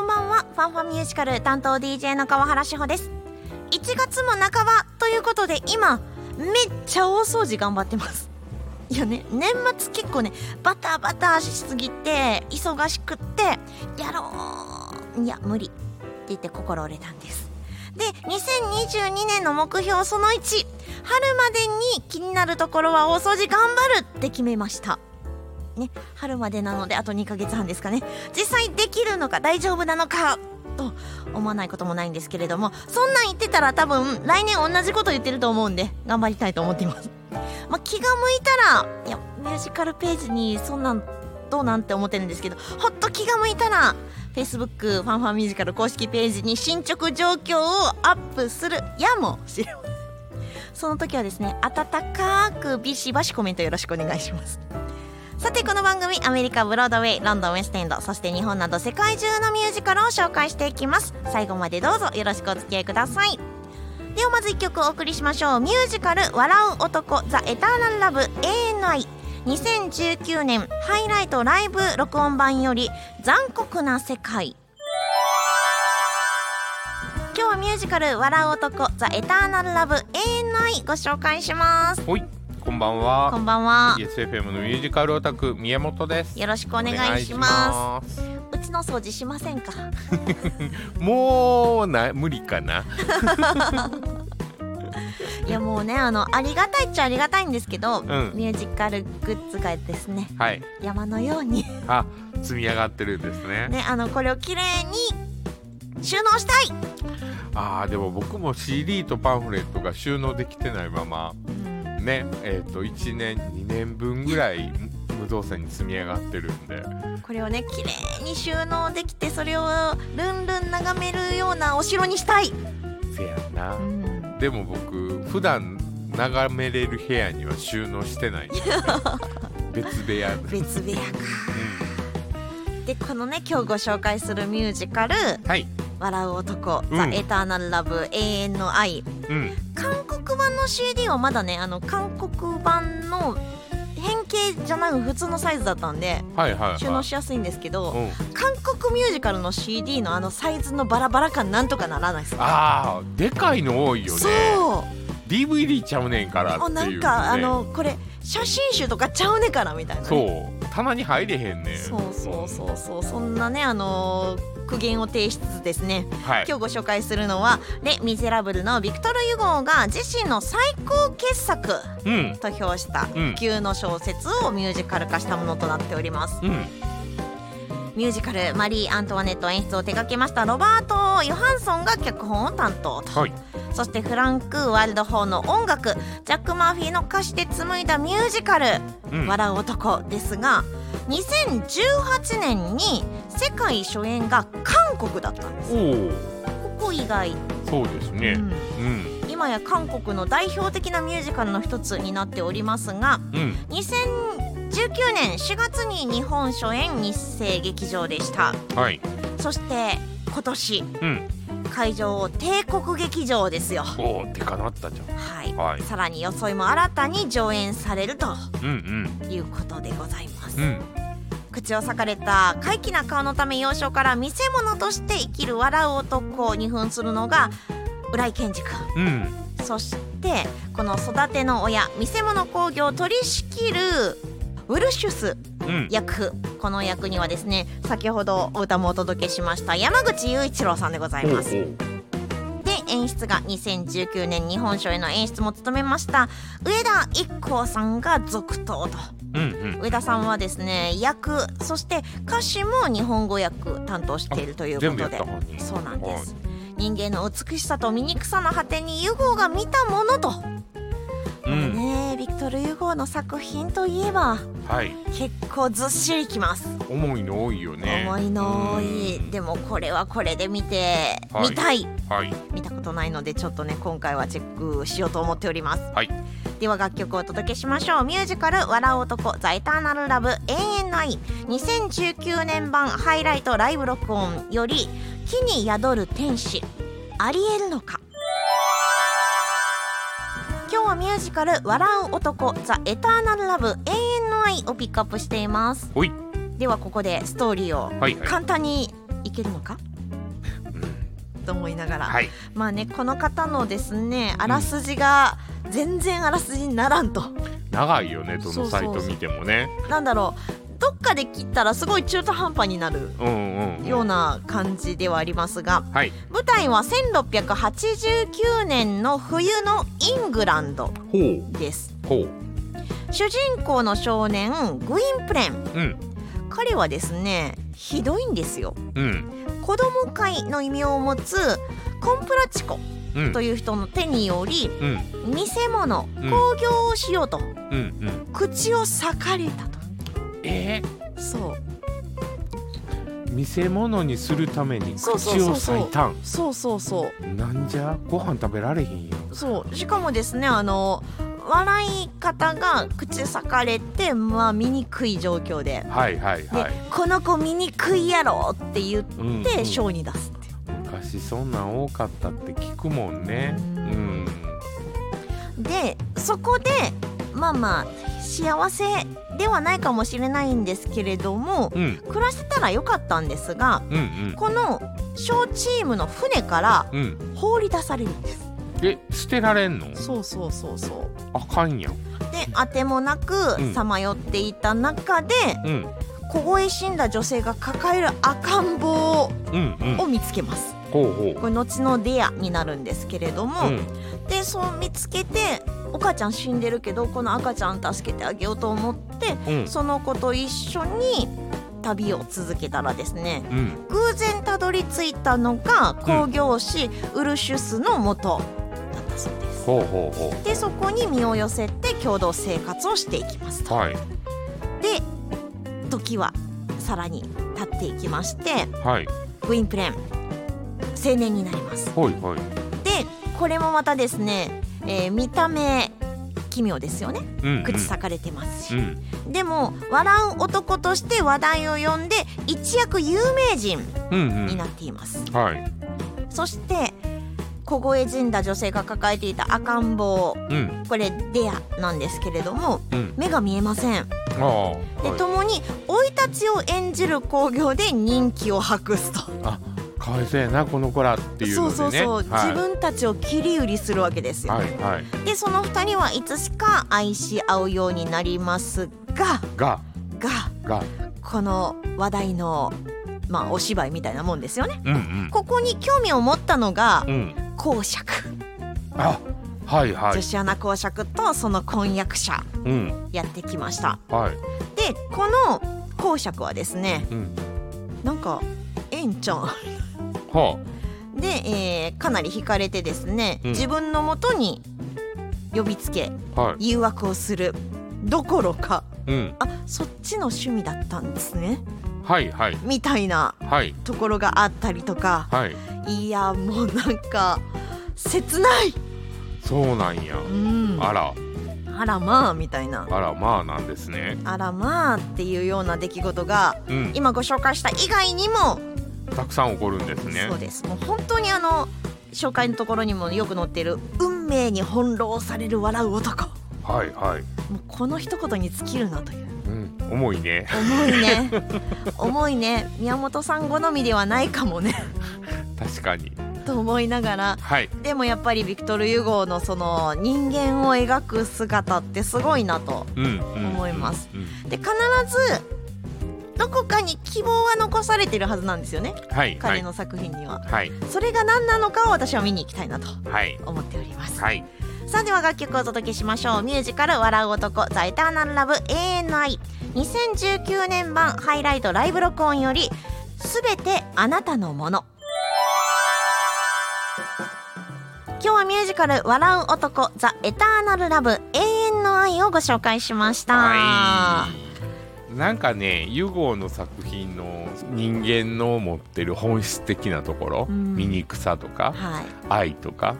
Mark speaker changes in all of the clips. Speaker 1: ァンファミュージカル担当 DJ の川原志保です1月も半ばということで今めっちゃ大掃除頑張ってますいやね年末結構ねバタバタしすぎて忙しくってやろういや無理って言って心折れたんですで2022年の目標その1春までに気になるところは大掃除頑張るって決めましたね春までなのであと2ヶ月半ですかね実際できるのか大丈夫なのかと思わないこともないんですけれどもそんなん言ってたら多分来年同じこと言ってると思うんで頑張りたいと思っています、まあ、気が向いたらいやミュージカルページにそんなんどうなんて思ってるんですけどほっと気が向いたら Facebook ファンファンミュージカル公式ページに進捗状況をアップするやもしれませんその時はですね温かくビシバシコメントよろしくお願いしますさてこの番組アメリカブロードウェイロンドンウェストエンドそして日本など世界中のミュージカルを紹介していきます最後までどうぞよろしくお付き合いくださいではまず1曲お送りしましょうミュージカル「笑う男ザ・エターナル・ラブ永遠の愛」2019年ハイライトライブ録音版より「残酷な世界」今日はミュージカル「笑う男ザ・エターナル・ラブ永遠の愛」ご紹介します
Speaker 2: ほいこんばん
Speaker 1: こ
Speaker 2: は
Speaker 1: んばんは
Speaker 2: ESFM のミュージカルオタク宮本です
Speaker 1: よろしくお願いしますうちの掃除しませんか
Speaker 2: もうな無理 かない
Speaker 1: やもうねあのありがたいっちゃありがたいんですけど、
Speaker 2: ん
Speaker 1: ミュージカルグッズがですね
Speaker 2: はい
Speaker 1: 山のよう に
Speaker 2: あ積み上がってるんですね
Speaker 1: ねあのこれをきれいに収納したい、
Speaker 2: あーでも僕も CD とパンフレットが収納できてないままねえっ、と1年2年分ぐらいん無造作に積み上がってるんで
Speaker 1: これをねきれいに収納できてそれをルンルン眺めるようなお城にしたい、
Speaker 2: せやんな
Speaker 1: うん
Speaker 2: でも僕普段眺めれる部屋には収納して ないんですよ別部屋で、
Speaker 1: 別部屋か
Speaker 2: う
Speaker 1: でこのね今日ご紹介するミュージカル
Speaker 2: ん、はい
Speaker 1: 「笑う男、
Speaker 2: うん
Speaker 1: ザ・エターナル・ラブ永遠の愛」
Speaker 2: うん
Speaker 1: 韓国版の CD はまだねあの韓国版の変形じゃない普通のサイズだったんで
Speaker 2: はいはいはい
Speaker 1: 収納しやすいんですけど、
Speaker 2: うん、
Speaker 1: 韓国ミュージカルの CD のあのサイズのバラバラ感なんとかならないですか
Speaker 2: あーでかいの多いよね
Speaker 1: そう
Speaker 2: DVD ちゃうねんからってい
Speaker 1: お
Speaker 2: う、ね、
Speaker 1: なんかあのこれ写真集とかちゃうねからみたいなね、
Speaker 2: そう棚に入れへんねん
Speaker 1: そうそうそうそうそんなねあのー苦言を呈しつつですね
Speaker 2: はい
Speaker 1: 今日ご紹介するのは「レ・ミゼラブル」のビクトル・ユゴーが自身の最高傑作
Speaker 2: うん
Speaker 1: と評した
Speaker 2: うん
Speaker 1: 旧の小説をミュージカル化したものとなっております、
Speaker 2: うん
Speaker 1: ミュージカル「マリー・アントワネット」演出を手掛けましたロバート・ヨハンソンが脚本を担当と
Speaker 2: はい
Speaker 1: そしてフランク・ワイルド・ホーの音楽ジャック・マーフィーの歌詞で紡いだミュージカル「
Speaker 2: うん
Speaker 1: 笑う男」ですが2018年に世界初演が韓国だったんです
Speaker 2: おお
Speaker 1: ここ以外、
Speaker 2: そうですね
Speaker 1: うん
Speaker 2: うん
Speaker 1: 今や韓国の代表的なミュージカルの一つになっておりますが
Speaker 2: うん
Speaker 1: 2019年4月に日本初演日生劇場でした
Speaker 2: はい
Speaker 1: そして今年
Speaker 2: うん
Speaker 1: 会場を帝国劇場ですよ
Speaker 2: おおでかなったじゃ
Speaker 1: はい、
Speaker 2: んはい
Speaker 1: さらに装いも新たに上演されると
Speaker 2: うん
Speaker 1: いうことでございます、
Speaker 2: うんうん
Speaker 1: 口を裂かれた怪奇な顔のため幼少から見せ物として生きる笑う男に扮するのが浦井健二君
Speaker 2: うん
Speaker 1: そしてこの育ての親見せ物興行を取り仕切るウルシュス
Speaker 2: うん
Speaker 1: 役この役にはですね先ほどお歌もお届けしました山口雄一郎さんでございますで演出が2019年日本賞への演出も務めました上田一行さんが続投と
Speaker 2: うんうん
Speaker 1: 上田さんはですね役そして歌詞も日本語訳担当しているというこ
Speaker 2: 全部
Speaker 1: と
Speaker 2: やっ
Speaker 1: で
Speaker 2: た方に
Speaker 1: そうなんです人間の美しさと醜さの果てにユゴーが見たものと、
Speaker 2: はいうん
Speaker 1: ねえビクトル・ユゴーの作品といえば
Speaker 2: はい
Speaker 1: 結構ずっしりきます
Speaker 2: 重いの多いよね
Speaker 1: 思いの多い、
Speaker 2: うん
Speaker 1: でもこれはこれで見て、
Speaker 2: はい
Speaker 1: 見たい
Speaker 2: はい
Speaker 1: 見たことないのでちょっとね今回はチェックしようと思っております
Speaker 2: はい
Speaker 1: では楽曲をお届けしましょうミュージカル「笑う男ザ・エターナル・ラブ永遠の愛」2019年版ハイライトライブ録音より「木に宿る天使」ありえるのか今日はミュージカル「笑う男ザ・エターナル・ラブ永遠の愛」をピックアップしています
Speaker 2: ほい
Speaker 1: ではここでストーリーを
Speaker 2: はいはい
Speaker 1: 簡単にいけるのか、と思いながら、
Speaker 2: はい
Speaker 1: まあねこの方のですねあらすじが全然あらすじにならんと、
Speaker 2: 長いよねどのサイ
Speaker 1: そうそう
Speaker 2: ト
Speaker 1: そう
Speaker 2: 見てもね
Speaker 1: なんだろうどっかで切ったらすごい中途半端になる
Speaker 2: うんうん
Speaker 1: ような感じではありますが
Speaker 2: はい
Speaker 1: 舞台は1689年の冬のイングランド
Speaker 2: ほう
Speaker 1: です
Speaker 2: ほう
Speaker 1: 主人公の少年グインプレン
Speaker 2: うん
Speaker 1: 彼はですねひどいんですよ
Speaker 2: うん
Speaker 1: 子供会の異名を持つコンプラチコ
Speaker 2: うん
Speaker 1: という人の手により
Speaker 2: うん
Speaker 1: 偽物
Speaker 2: ん
Speaker 1: 興行をしようと
Speaker 2: うんうん
Speaker 1: 口を裂かれたと
Speaker 2: え
Speaker 1: そう
Speaker 2: ー、見せ物にするために
Speaker 1: そうそう
Speaker 2: 口
Speaker 1: そ
Speaker 2: を
Speaker 1: うそう
Speaker 2: 裂いたん
Speaker 1: そうそうそう
Speaker 2: なんじゃご飯食べられへんよ
Speaker 1: そうしかもですねあの笑い方が口裂かれてまあ醜い状況で
Speaker 2: はいはい
Speaker 1: で、
Speaker 2: はい、
Speaker 1: この子醜いやろって言っ
Speaker 2: うんうん
Speaker 1: てショーに出すっていう、
Speaker 2: 昔そんなん多かったって聞くもんねうん
Speaker 1: でそこでまあまあ幸せではないかもしれないんですけれども
Speaker 2: うん
Speaker 1: 暮らせたらよかったんですが
Speaker 2: うんうん
Speaker 1: このショーチームの船から
Speaker 2: うん
Speaker 1: 放り出されるんです
Speaker 2: え捨てられんの
Speaker 1: そうそうそうそう
Speaker 2: あかんやん
Speaker 1: であてもなく
Speaker 2: うん
Speaker 1: さまよっていた中で、
Speaker 2: うん
Speaker 1: 凍え死んだ女性が抱える赤ん坊
Speaker 2: うんうん
Speaker 1: を見つけます
Speaker 2: ほうほ
Speaker 1: これ後のデアになるんですけれども、
Speaker 2: ううん
Speaker 1: でそう見つけてお母ちゃん死んでるけどこの赤ちゃん助けてあげようと思って
Speaker 2: うん
Speaker 1: その子と一緒に旅を続けたらですね
Speaker 2: うん
Speaker 1: 偶然たどり着いたのが工業士ウルシュスの元だったそうです。
Speaker 2: ほうほうほ
Speaker 1: でそこに身を寄せて共同生活をしていきます
Speaker 2: う
Speaker 1: と。
Speaker 2: はい
Speaker 1: で時はさらに経っていきまして
Speaker 2: はい
Speaker 1: グインプレン青年になります
Speaker 2: ほいほい
Speaker 1: でこれもまたですね、えー見た目奇妙ですよね
Speaker 2: うんうん
Speaker 1: 口裂かれてますし、
Speaker 2: うん
Speaker 1: でも笑う男として話題を呼んで一躍有名人
Speaker 2: うんう
Speaker 1: に
Speaker 2: ん
Speaker 1: なっています、
Speaker 2: はい
Speaker 1: そして凍え死んだ女性が抱えていた赤ん坊
Speaker 2: うん
Speaker 1: これデアなんですけれども
Speaker 2: うん
Speaker 1: 目が見えません
Speaker 2: ああは
Speaker 1: で、
Speaker 2: い
Speaker 1: 共に生い立ちを演じる興行で人気を博すと
Speaker 2: あかわいそうやなこの子らっていう
Speaker 1: そ
Speaker 2: の
Speaker 1: う
Speaker 2: でね
Speaker 1: そうそう、
Speaker 2: はい、
Speaker 1: 自分たちを切り売りするわけですよ、
Speaker 2: はいはい
Speaker 1: でその2人はいつしか愛し合うようになりますが
Speaker 2: が
Speaker 1: が
Speaker 2: が
Speaker 1: この話題のまあお芝居みたいなもんですよね
Speaker 2: うんうん
Speaker 1: ここに興味を持ったのが
Speaker 2: うん
Speaker 1: 公爵、
Speaker 2: あはいは
Speaker 1: 女
Speaker 2: い
Speaker 1: 子アナ公爵とその婚約者
Speaker 2: うん
Speaker 1: やってきました
Speaker 2: はい
Speaker 1: でこの公爵はですね
Speaker 2: うん
Speaker 1: なんかええんちゃん
Speaker 2: は
Speaker 1: で、えーかなり惹かれてですね、
Speaker 2: うん
Speaker 1: 自分のもとに呼びつけ
Speaker 2: あはい
Speaker 1: 誘惑をするどころか
Speaker 2: うん
Speaker 1: あそっちの趣味だったんですね
Speaker 2: はいはい
Speaker 1: みたいな
Speaker 2: はい
Speaker 1: ところがあったりとか
Speaker 2: はい
Speaker 1: いやもうなんか切ない、
Speaker 2: そうなんや
Speaker 1: うん、
Speaker 2: あら
Speaker 1: あらまあみたいな
Speaker 2: あらまあなんですね
Speaker 1: あらまあっていうような出来事が
Speaker 2: うん
Speaker 1: 今ご紹介した以外にも、
Speaker 2: たくさん起こるんですね
Speaker 1: そうですもう本当にあの紹介のところにもよく載っている「運命に翻弄される笑う男」
Speaker 2: はいはい
Speaker 1: もうこの一言に尽きるなという
Speaker 2: うん重いね
Speaker 1: 重いね重いね宮本さん好みではないかもね
Speaker 2: 確かに
Speaker 1: と思いながら
Speaker 2: はい
Speaker 1: でもやっぱりビクトル・ユゴーのその人間を描く姿ってすごいなと
Speaker 2: うんうん
Speaker 1: 思います、
Speaker 2: うん
Speaker 1: で必ずどこかに希望は残されてるはずなんですよね
Speaker 2: はいは
Speaker 1: 彼
Speaker 2: い
Speaker 1: の作品には
Speaker 2: はい
Speaker 1: それが何なのかを私は見に行きたいなと
Speaker 2: はい
Speaker 1: 思っております、
Speaker 2: はい
Speaker 1: さあでは楽曲をお届けしましょうミュージカル「笑う男ザ・エターナル・ラブ ANI」2019年版ハイライトライブ録音より「すべてあなたのもの」今日はミュージカル「笑う男ザ・エターナル・ラブ永遠の愛」をご紹介しました、
Speaker 2: はいなんかねユゴーの作品の人間の持ってる本質的なところ、
Speaker 1: うん
Speaker 2: 醜さとか
Speaker 1: はい
Speaker 2: 愛とか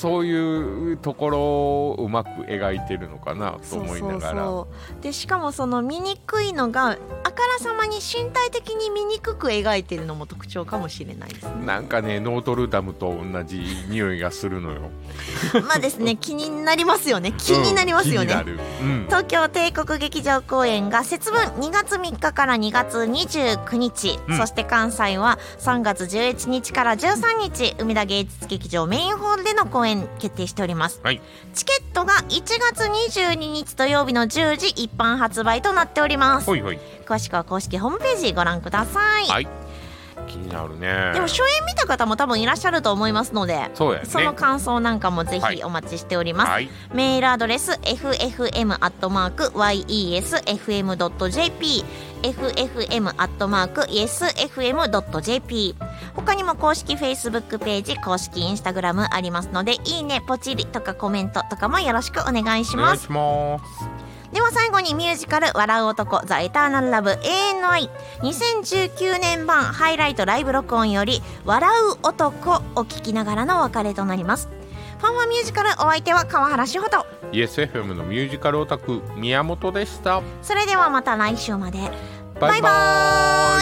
Speaker 2: そういうところをうまく描いてるのかなと
Speaker 1: そう
Speaker 2: 思い
Speaker 1: そ
Speaker 2: な
Speaker 1: う
Speaker 2: がら
Speaker 1: そうでしかもその醜いのがあからさまに身体的に醜く描いてるのも特徴かもしれないですね
Speaker 2: なんかねノートルダムと同じ匂いがするのよ
Speaker 1: まあです ね気になりますよね気になりますよね、
Speaker 2: うん気になるうん
Speaker 1: 東京帝国劇場公演が節分2月3日から2月29日、
Speaker 2: うん
Speaker 1: そして関西は3月11日から13日海田芸術劇場メインホールでの公演決定しております
Speaker 2: はい
Speaker 1: チケットが1月22日土曜日の10時一般発売となっております
Speaker 2: ほいほい
Speaker 1: 詳しくは公式ホームページご覧ください、
Speaker 2: はい気になるね
Speaker 1: でも初演見た方も多分いらっしゃると思いますので
Speaker 2: そうやね
Speaker 1: その感想なんかもぜ
Speaker 2: は
Speaker 1: ひ
Speaker 2: い
Speaker 1: お待ちしております、
Speaker 2: はい
Speaker 1: メールアドレス ffm.yesfm.jp ffm.yesfm.jp 他にも公式 Facebook ページ公式 Instagram ありますのでいいねポチリとかコメントとかもよろしくお願いし
Speaker 2: お
Speaker 1: ま
Speaker 2: 願い
Speaker 1: す
Speaker 2: します
Speaker 1: では最後にミュージカル「笑う男ザ・エターナル・ラブ永遠の愛」2019年版ハイライトライブ録音より「笑う男」を聞きながらのお別れとなりますファンファンミュージカルお相手は川原志穂と
Speaker 2: ESFM のミュージカルオタク宮本でした
Speaker 1: それではまた来週まで
Speaker 2: バ
Speaker 1: バイ
Speaker 2: イバ
Speaker 1: バーイ